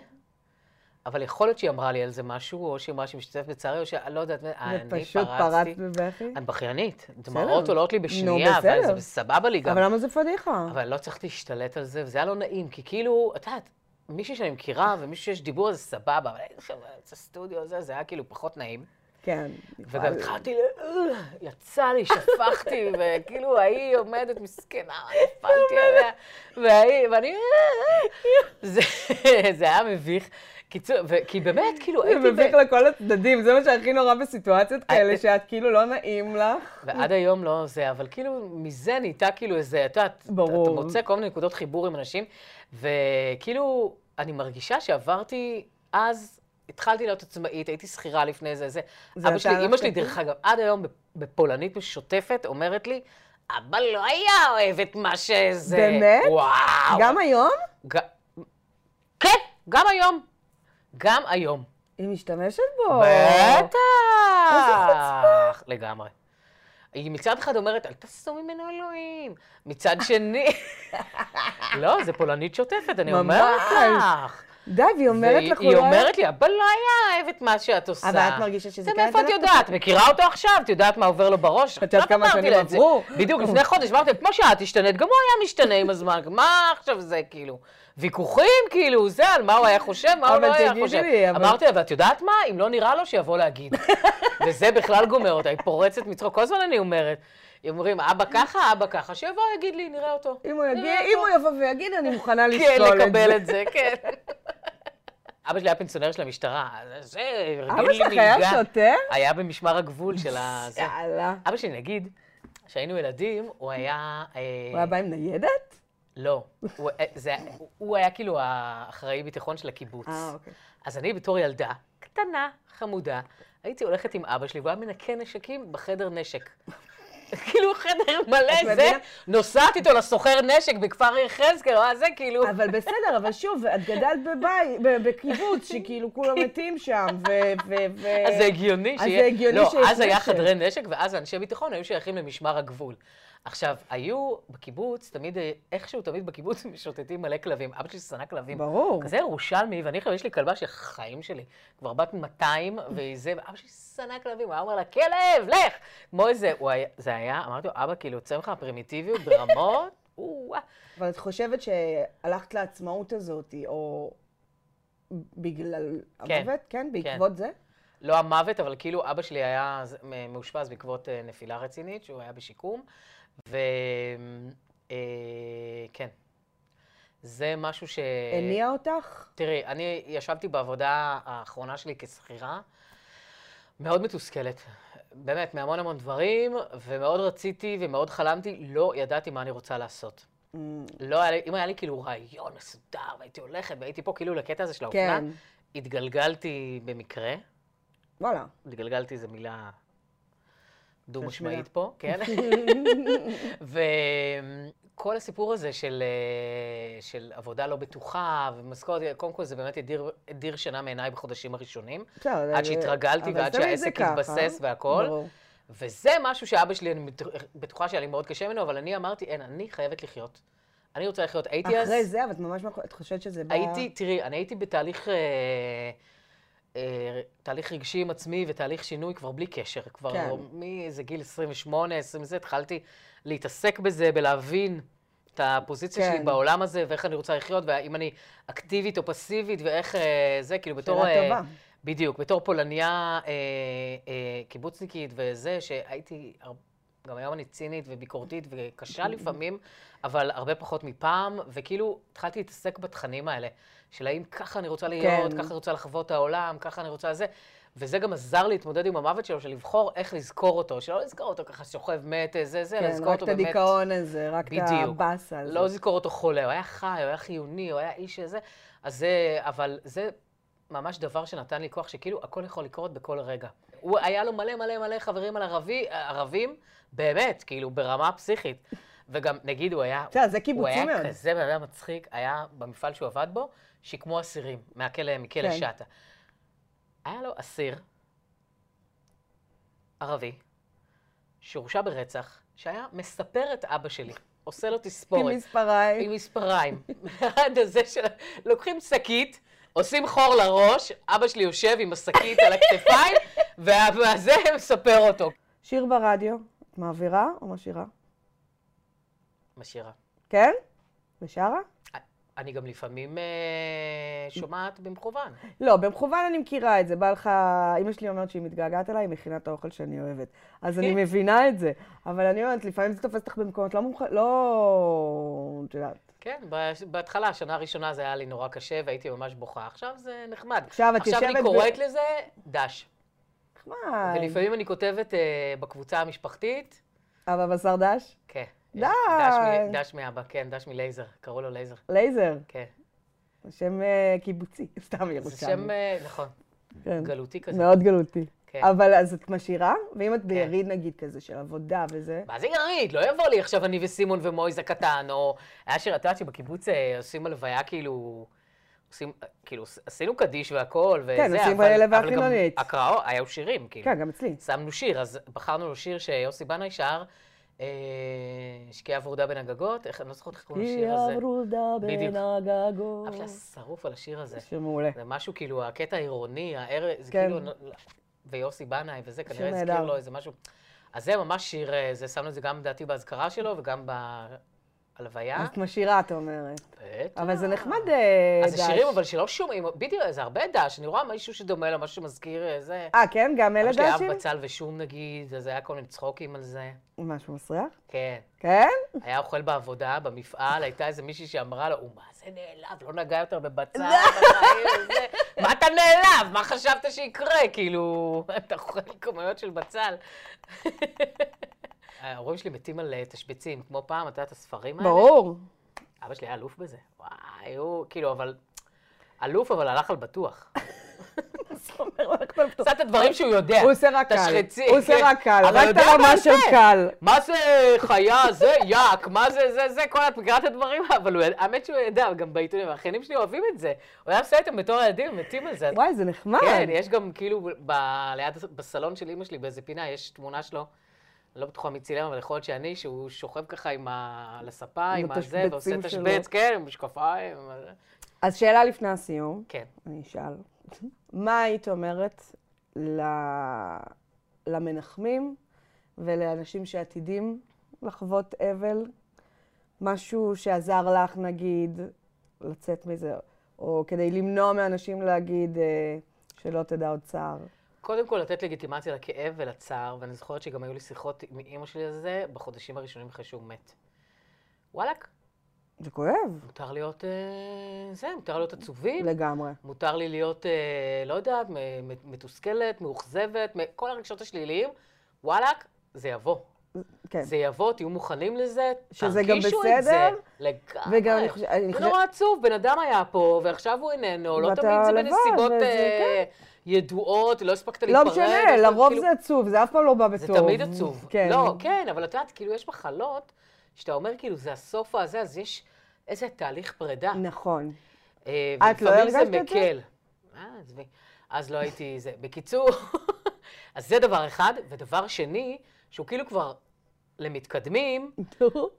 Speaker 4: אבל יכול להיות שהיא אמרה לי על זה משהו, או שהיא אמרה שהיא משתתפת בצערי, או שלא יודעת, אה, אני פרצתי.
Speaker 3: ופשוט פרצת בבכי?
Speaker 4: את בכיינית, דמעות עולות לי
Speaker 3: נו,
Speaker 4: בשנייה, אבל
Speaker 3: בסדר.
Speaker 4: זה סבבה לי גם.
Speaker 3: אבל למה זה פדיחה?
Speaker 4: אבל לא צריך להשתלט על זה, וזה היה לא נעים, כי כאילו, את יודעת, "אה, מישהי שאני מכירה ומישהו שיש דיבור על זה סבבה, אבל אין עכשיו, זה סטודיו, זה, זה היה כאילו פחות נעים.
Speaker 3: כן.
Speaker 4: וגם התחלתי ל... "אה", יצא לי, שפכתי, וכאילו ההיא עומדת מסכנה, נפלתי עליה, וההיא, ואני... "אה, אה". זה- זה היה מביך. קיצור, ו- כי באמת, כאילו,
Speaker 3: זה
Speaker 4: הייתי... ב- אה,
Speaker 3: מביך לכל הצדדים, זה מה שהכי נורא בסיטואציות כאלה,
Speaker 4: את-
Speaker 3: שאת כאילו לא נעים לך.
Speaker 4: ועד היום לא זה, אבל כאילו מזה נהייתה כאילו איזה, את יודעת,
Speaker 3: ברור.
Speaker 4: אתה מוצא כל מיני נקודות חיבור עם אנשים, וכאילו, אני מרגישה שעברתי אז, התחלתי להיות עצמאית, הייתי שכירה לפני זה, זה.
Speaker 3: זה
Speaker 4: אבא
Speaker 3: אתה
Speaker 4: שלי, אימא
Speaker 3: הלכת
Speaker 4: שלי,
Speaker 3: איתי?
Speaker 4: דרך אגב, עד היום בפולנית משוטפת, אומרת לי, אבא לא היה אוהב את מה שזה.
Speaker 3: באמת?
Speaker 4: וואו.
Speaker 3: גם היום?
Speaker 4: ג- כן, גם היום. גם היום.
Speaker 3: היא משתמשת בו.
Speaker 4: בטח.
Speaker 3: איזה
Speaker 4: חוצפה. לגמרי. היא מצד אחד אומרת, אל תעשו ממנו אלוהים. מצד שני... לא, זה פולנית שוטפת, אני אומרת
Speaker 3: ממש.
Speaker 4: לך.
Speaker 3: די, והיא אומרת
Speaker 4: והיא-
Speaker 3: לך, הוא
Speaker 4: היא
Speaker 3: לא היה-
Speaker 4: אומרת לי, אבל לא היה אוהב את מה שאת עושה.
Speaker 3: אבל את מרגישה שזה
Speaker 4: זה
Speaker 3: כן
Speaker 4: מאיפה את
Speaker 3: דלקת
Speaker 4: יודעת? את מכירה אותו עכשיו? את יודעת מה עובר לו בראש?
Speaker 3: את יודעת
Speaker 4: עכשיו
Speaker 3: כמה
Speaker 4: אמרתי
Speaker 3: שנים
Speaker 4: לה את זה.
Speaker 3: עברו?
Speaker 4: בדיוק, לפני חודש אמרתי, כמו שאת השתנית, גם הוא היה משתנה עם הזמן. מה עכשיו זה, כאילו? ויכוחים, כאילו, זה, על מה הוא היה חושב, מה הוא
Speaker 3: אבל
Speaker 4: לא היה
Speaker 3: תגידי
Speaker 4: חושב.
Speaker 3: לי, אבל-
Speaker 4: אמרתי לה, ואת יודעת מה? אם לא נראה לו, שיבוא להגיד. וזה בכלל גומר אותה, היא פורצת מצחוק. כל הזמן אני אומרת. היא אומרים, אבא ככה, אבא ככה, שיבוא, יגיד לי, נראה אותו.
Speaker 3: אם הוא יגיד,
Speaker 4: נראה
Speaker 3: אם
Speaker 4: אותו.
Speaker 3: הוא יבוא ויגיד, אני מוכנה
Speaker 4: אה, כן,
Speaker 3: לשקול את זה.
Speaker 4: לקבל את זה, כן. אבא שלי היה פנסיונר של המשטרה, אז זה הרגיל לי
Speaker 3: אבא שלך היה
Speaker 4: מלגה.
Speaker 3: שוטר?
Speaker 4: היה במשמר הגבול של ה... זה.
Speaker 3: יאללה.
Speaker 4: אבא שלי, נגיד, כשהיינו ילדים, הוא היה... אה,
Speaker 3: הוא היה בא עם ניידת?
Speaker 4: לא. הוא- אה, זה- הוא- הוא היה כאילו האחראי ביטחון של הקיבוץ.
Speaker 3: אה, אוקיי.
Speaker 4: אז אני בתור ילדה, קטנה, חמודה, הייתי הולכת עם אבא שלי, והוא היה מנקה נשקים בחדר נשק. כאילו חדר מלא, זה,
Speaker 3: מבינה?
Speaker 4: נוסעת איתו לסוחר נשק בכפר יחזקאל, או זה כאילו...
Speaker 3: אבל בסדר, אבל שוב, את גדלת בבית, ב- בקיבוץ, שכאילו כולם מתים שם, ו... ו- ו-
Speaker 4: אז זה הגיוני
Speaker 3: אז זה הגיוני
Speaker 4: לא,
Speaker 3: שיש
Speaker 4: אז היה
Speaker 3: נשק.
Speaker 4: חדרי נשק, ואז אנשי ביטחון היו שייכים למשמר הגבול. עכשיו, היו בקיבוץ, תמיד, אה, איכשהו תמיד בקיבוץ משוטטים מלא כלבים. אבא שלי שנא כלבים.
Speaker 3: ברור.
Speaker 4: כזה ירושלמי, ואני חושב, יש לי כלבה שחיים שלי, כבר בת 200, והיא זה, ואבא שלי שנא כלבים, הוא היה אומר לה, כלב, לך! כמו איזה, הוא היה, זה היה, אמרתי לו, אבא, כאילו, יוצא ממך הפרימיטיביות ברמות, או-אה.
Speaker 3: אבל את חושבת שהלכת לעצמאות הזאת, או בגלל
Speaker 4: כן.
Speaker 3: המוות? כן, בעקבות זה?
Speaker 4: לא המוות, אבל כאילו אבא שלי היה ז- מ- מאושפז בעקבות אה, נפילה רצינית, שהוא היה בשיקום, ו... אה, כן. זה משהו ש...
Speaker 3: הניע אותך?
Speaker 4: תראי, אני ישבתי בעבודה האחרונה שלי כשכירה, מאוד מתוסכלת. באמת, מהמון המון דברים, ומאוד רציתי ומאוד חלמתי, לא ידעתי מה אני רוצה לעשות.
Speaker 3: אמ,
Speaker 4: לא היה לי, אם היה לי כאילו רעיון מסודר, והייתי הולכת, והייתי פה כאילו לקטע הזה של האופנה,
Speaker 3: כן.
Speaker 4: התגלגלתי במקרה,
Speaker 3: וואלה.
Speaker 4: התגלגלתי זו מילה דו-משמעית
Speaker 3: משמיעה.
Speaker 4: פה, כן? וכל הסיפור הזה של, אה, של עבודה לא בטוחה ומשכורת, קודם כל זה באמת הדיר, הדיר שינה מעיניי בחודשים הראשונים,
Speaker 3: בסדר,
Speaker 4: עד
Speaker 3: זה-
Speaker 4: שהתרגלתי
Speaker 3: אבל
Speaker 4: ועד
Speaker 3: תמיד זה לא
Speaker 4: שהעסק
Speaker 3: ככה. לא.
Speaker 4: התבסס והכול.
Speaker 3: ברור.
Speaker 4: וזה משהו שאבא שלי, אני בטוח- בטוחה שהיה לי מאוד קשה ממנו, אבל אני אמרתי, אין, אני חייבת לחיות. אני רוצה לחיות. הייתי אז...
Speaker 3: אחרי זה, אבל את ממש, מאחור- את חושבת שזה בא...
Speaker 4: הייתי, תראי, אני הייתי בתהליך... אה, אה, תהליך רגשי עם עצמי ותהליך שינוי כבר בלי קשר. כבר
Speaker 3: כן.
Speaker 4: מאיזה גיל 28, 20 זה, התחלתי להתעסק בזה, בלהבין את הפוזיציה
Speaker 3: כן.
Speaker 4: שלי בעולם הזה, ואיך אני רוצה לחיות, ואם אני אקטיבית או פסיבית, ואיך אה, זה, כאילו בתור...
Speaker 3: שאלה
Speaker 4: אה,
Speaker 3: טובה.
Speaker 4: בדיוק, בתור פולניה אה, אה, קיבוצניקית וזה, שהייתי, הר- גם היום אני צינית וביקורתית וקשה לפעמים, אבל הרבה פחות מפעם, וכאילו התחלתי להתעסק בתכנים האלה, של האם ככה אני רוצה להיות,
Speaker 3: כן.
Speaker 4: ככה אני רוצה לחוות את העולם, ככה אני רוצה זה, וזה גם עזר להתמודד עם המוות שלו, של לבחור איך לזכור אותו, שלא לזכור אותו ככה שוכב מת, אה, זה, זה, אלא
Speaker 3: כן,
Speaker 4: לזכור
Speaker 3: רק
Speaker 4: אותו
Speaker 3: את
Speaker 4: באמת.
Speaker 3: הדיכאון הזה, רק את
Speaker 4: בדיוק.
Speaker 3: הבאסה הזאת.
Speaker 4: לא זיכור אותו חולה, הוא היה חי, הוא היה חיוני, הוא היה איש הזה. אז זה, אבל זה ממש דבר שנתן לי כוח, שכאילו הכל יכול לקרות בכל רגע. הוא, היה לו מלא מלא מלא חברים על ערבי, ערבים, באמת, כאילו, ברמה פסיכית. וגם, נגיד, הוא היה...
Speaker 3: אתה יודע, זה
Speaker 4: הוא
Speaker 3: קיבוצי
Speaker 4: היה
Speaker 3: מאוד.
Speaker 4: כזה בן אדם מצחיק, היה במפעל שהוא עבד בו, שיקמו אסירים, מהכלא, מכלא
Speaker 3: כן.
Speaker 4: שטה. היה לו אסיר, ערבי, שהורשע ברצח, שהיה מספר את אבא שלי, עושה לו
Speaker 3: עם
Speaker 4: תספורת.
Speaker 3: מספריים.
Speaker 4: עם מספריים. עד הזה של... לוקחים שקית, עושים חור לראש, אבא שלי יושב עם השקית על הכתפיים, וה- והזה מספר אותו.
Speaker 3: שיר ברדיו, את מעבירה או משאירה?
Speaker 4: משאירה.
Speaker 3: כן? ושרה?
Speaker 4: אני גם לפעמים אה, שומעת במכוון.
Speaker 3: לא, במכוון אני מכירה את זה. בא לך, אמא שלי אומרת שהיא מתגעגעת אליי, היא מכינה את האוכל שאני אוהבת. אז
Speaker 4: כן.
Speaker 3: אני מבינה את זה. אבל אני אומרת, לפעמים זה תופס אותך במקומות לא מומחים, לא... את יודעת.
Speaker 4: כן, ב- בהתחלה, השנה הראשונה זה היה לי נורא קשה והייתי ממש בוכה. עכשיו זה נחמד.
Speaker 3: עכשיו את
Speaker 4: עכשיו
Speaker 3: יושבת
Speaker 4: אני
Speaker 3: ב-
Speaker 4: קוראת לזה דש.
Speaker 3: נחמד.
Speaker 4: ולפעמים אני כותבת אה, בקבוצה המשפחתית,
Speaker 3: אבא בשר דש?
Speaker 4: כן.
Speaker 3: די.
Speaker 4: דש מ- דש מאבא, כן, דש מלייזר, קראו לו לייזר,
Speaker 3: לייזר.
Speaker 4: כן.
Speaker 3: זה שם אה, קיבוצי. סתם
Speaker 4: זה שם,
Speaker 3: ירושלמי.
Speaker 4: אה, נכון,
Speaker 3: כן.
Speaker 4: גלותי כזה.
Speaker 3: מאוד גלותי.
Speaker 4: כן.
Speaker 3: אבל אז את משאירה? ואם את ביריד נגיד כזה של עבודה וזה?
Speaker 4: מה זה יריד? לא יבוא לי עכשיו אני וסימון ומויז הקטן, או... היה שיר, את יודעת שבקיבוץ אה, עושים הלוויה כאילו... עושים, כאילו, עש- עשינו קדיש והכל, וזה,
Speaker 3: כן, עושים
Speaker 4: אבל-
Speaker 3: הלוויה
Speaker 4: אבל גם
Speaker 3: חילונית.
Speaker 4: הקרא- היו שירים, כאילו.
Speaker 3: כן, גם אצלי.
Speaker 4: שמנו שיר, אז בחרנו לו שיר שיוסי בנאי שר, אה, שקיעה ורודה בין הגגות, איך, אני לא זוכרת איך קוראים לשיר הזה.
Speaker 3: היא הוורודה בין
Speaker 4: בדיוק.
Speaker 3: הגגות.
Speaker 4: אף שלה שרוף על השיר הזה.
Speaker 3: שיר מעולה.
Speaker 4: זה משהו כאילו, הקטע העירוני, הער... זה
Speaker 3: כן.
Speaker 4: כאילו... ויוסי בנאי וזה, כנראה
Speaker 3: שיר
Speaker 4: הזכיר
Speaker 3: נהדר.
Speaker 4: לו איזה משהו. אז זה ממש שיר, אה, זה שמנו את זה גם, לדעתי, באזכרה שלו וגם בהלוויה.
Speaker 3: את משאירה, את אומרת.
Speaker 4: בטח.
Speaker 3: אבל זה נחמד, אה,
Speaker 4: אז זה
Speaker 3: דש.
Speaker 4: שירים, אבל שלא שומעים, בדיוק, זה הרבה דש, אני רואה מישהו שדומה לו, משהו שמזכיר אה, זה.
Speaker 3: אה, כן? גם אלה
Speaker 4: אבא שלי אהב
Speaker 3: דשים?
Speaker 4: בצל ושום נגיד, אז היה כל מיני צחוקים על זה.
Speaker 3: משהו מסריח?
Speaker 4: כן.
Speaker 3: כן?
Speaker 4: היה אוכל בעבודה, במפעל, הייתה איזה מישהי שאמרה לו, הוא מה זה נעלב, לא נגע יותר בבצל, בחיים, וזה." מה אתה נעלב? מה חשבת שיקרה? כאילו, אתה אוכל כמויות של בצל. ההורים שלי מתים על אה, תשבצים, כמו פעם, אתה יודע את הספרים האלה?
Speaker 3: ברור.
Speaker 4: אבא שלי היה אלוף בזה. וואי, הוא, כאילו, אבל... אלוף, אבל הלך על בטוח. עשה את הדברים שהוא יודע.
Speaker 3: הוא עושה רק קל.
Speaker 4: תשחצי,
Speaker 3: הוא עושה
Speaker 4: כן.
Speaker 3: רק קל.
Speaker 4: אבל
Speaker 3: רק את
Speaker 4: יודע
Speaker 3: הרמה
Speaker 4: מה
Speaker 3: של
Speaker 4: זה.
Speaker 3: קל.
Speaker 4: מה זה חיה, זה יאק, מה זה, זה, זה, כל את מכירה את הדברים, אבל הוא, האמת שהוא ידע, גם בעיתונים, האחיינים שלי אוהבים את זה. הוא היה מסייע איתם בתור ילדים, הם מתים על זה.
Speaker 3: וואי, זה נחמד.
Speaker 4: כן, יש גם כאילו, ב, ליד, בסלון של אימא שלי, באיזה פינה, יש תמונה שלו, אני לא בטוחה מי צילם, אבל יכול להיות שאני, שהוא שוכב ככה עם ה... על הספה,
Speaker 3: עם
Speaker 4: עם הזה, ועושה
Speaker 3: התשבצים שלו.
Speaker 4: תשבץ, כן, עם משקפיים. עם הזה.
Speaker 3: אז שאלה לפני הסיום.
Speaker 4: כן.
Speaker 3: אני אשאל. מה היית אומרת ל- למנחמים ולאנשים שעתידים לחוות אבל? משהו שעזר לך, נגיד, לצאת מזה, או כדי למנוע מאנשים להגיד אה, שלא תדע עוד צער.
Speaker 4: קודם כל, לתת לגיטימציה לכאב ולצער, ואני זוכרת שגם היו לי שיחות עם אימא שלי על זה בחודשים הראשונים אחרי שהוא מת. וואלכ,
Speaker 3: זה כואב.
Speaker 4: מותר להיות אה, זה, מותר להיות עצובים,
Speaker 3: לגמרי.
Speaker 4: מותר לי להיות, אה, לא יודעת, מ- מ- מתוסכלת, מאוכזבת, מ- כל הרגשות השליליים, וואלכ, זה יבוא.
Speaker 3: כן.
Speaker 4: זה יבוא, תהיו מוכנים לזה,
Speaker 3: שזה גם
Speaker 4: תרגישו את זה.
Speaker 3: בסדר,
Speaker 4: לגמרי.
Speaker 3: וגם אני חושבת... אני
Speaker 4: זה
Speaker 3: חושבת-
Speaker 4: נורא עצוב, בן אדם היה פה, ועכשיו הוא איננו, לא
Speaker 3: ואתה
Speaker 4: תמיד זה
Speaker 3: לבד,
Speaker 4: בנסיבות
Speaker 3: וזה-
Speaker 4: אה, ידועות, לא הספקת
Speaker 3: לא
Speaker 4: להיפרד.
Speaker 3: משנה,
Speaker 4: הספקת-
Speaker 3: לרוב
Speaker 4: כאילו-
Speaker 3: זה עצוב, זה אף פעם לא בא
Speaker 4: זה
Speaker 3: בטוב.
Speaker 4: תמיד עצוב.
Speaker 3: כן.
Speaker 4: לא, כן, אבל את יודעת, כאילו, יש מחלות, שאתה אומר, כאילו, זה הסוף הזה, אז יש איזה תהליך פרידה.
Speaker 3: נכון.
Speaker 4: אה,
Speaker 3: את לא
Speaker 4: ולפעמים
Speaker 3: הרגשת את זה?
Speaker 4: זה? מקל. אה, עזבי. אז לא הייתי זה. בקיצור, אז זה דבר אחד. ודבר שני, שהוא כאילו כבר למתקדמים,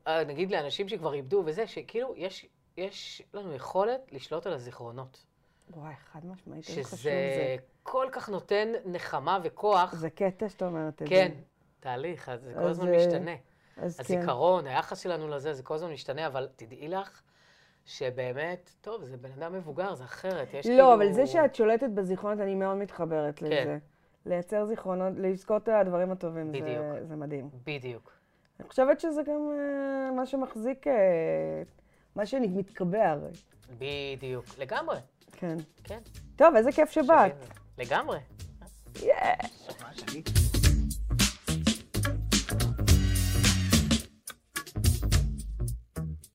Speaker 4: אה, נגיד לאנשים שכבר איבדו וזה, שכאילו, יש, יש לנו יכולת לשלוט על הזיכרונות.
Speaker 3: וואי, חד משמעית, איזה חשוב זה.
Speaker 4: שזה כל כך נותן נחמה וכוח.
Speaker 3: זה קטע שאת אומרת את זה.
Speaker 4: כן, תהליך, אז זה כל
Speaker 3: אז,
Speaker 4: הזמן
Speaker 3: אה,
Speaker 4: משתנה.
Speaker 3: אז כן.
Speaker 4: הזיכרון, היחס שלנו לזה, זה כל הזמן משתנה, אבל תדעי לך שבאמת, טוב, זה בן אדם מבוגר, זה אחרת. יש כאילו... כן.
Speaker 3: לא, אבל זה שאת שולטת בזיכרונות, אני מאוד מתחברת לזה. לייצר זיכרונות, לזכור את הדברים הטובים, זה-
Speaker 4: בדיוק.
Speaker 3: זה מדהים.
Speaker 4: בדיוק.
Speaker 3: אני חושבת שזה גם אה, מה שמחזיק, אה, מה שמתקבע הרי.
Speaker 4: בדיוק. לגמרי,
Speaker 3: כן.
Speaker 4: כן.
Speaker 3: טוב, איזה כיף שבאת.
Speaker 4: לגמרי.
Speaker 3: יאה.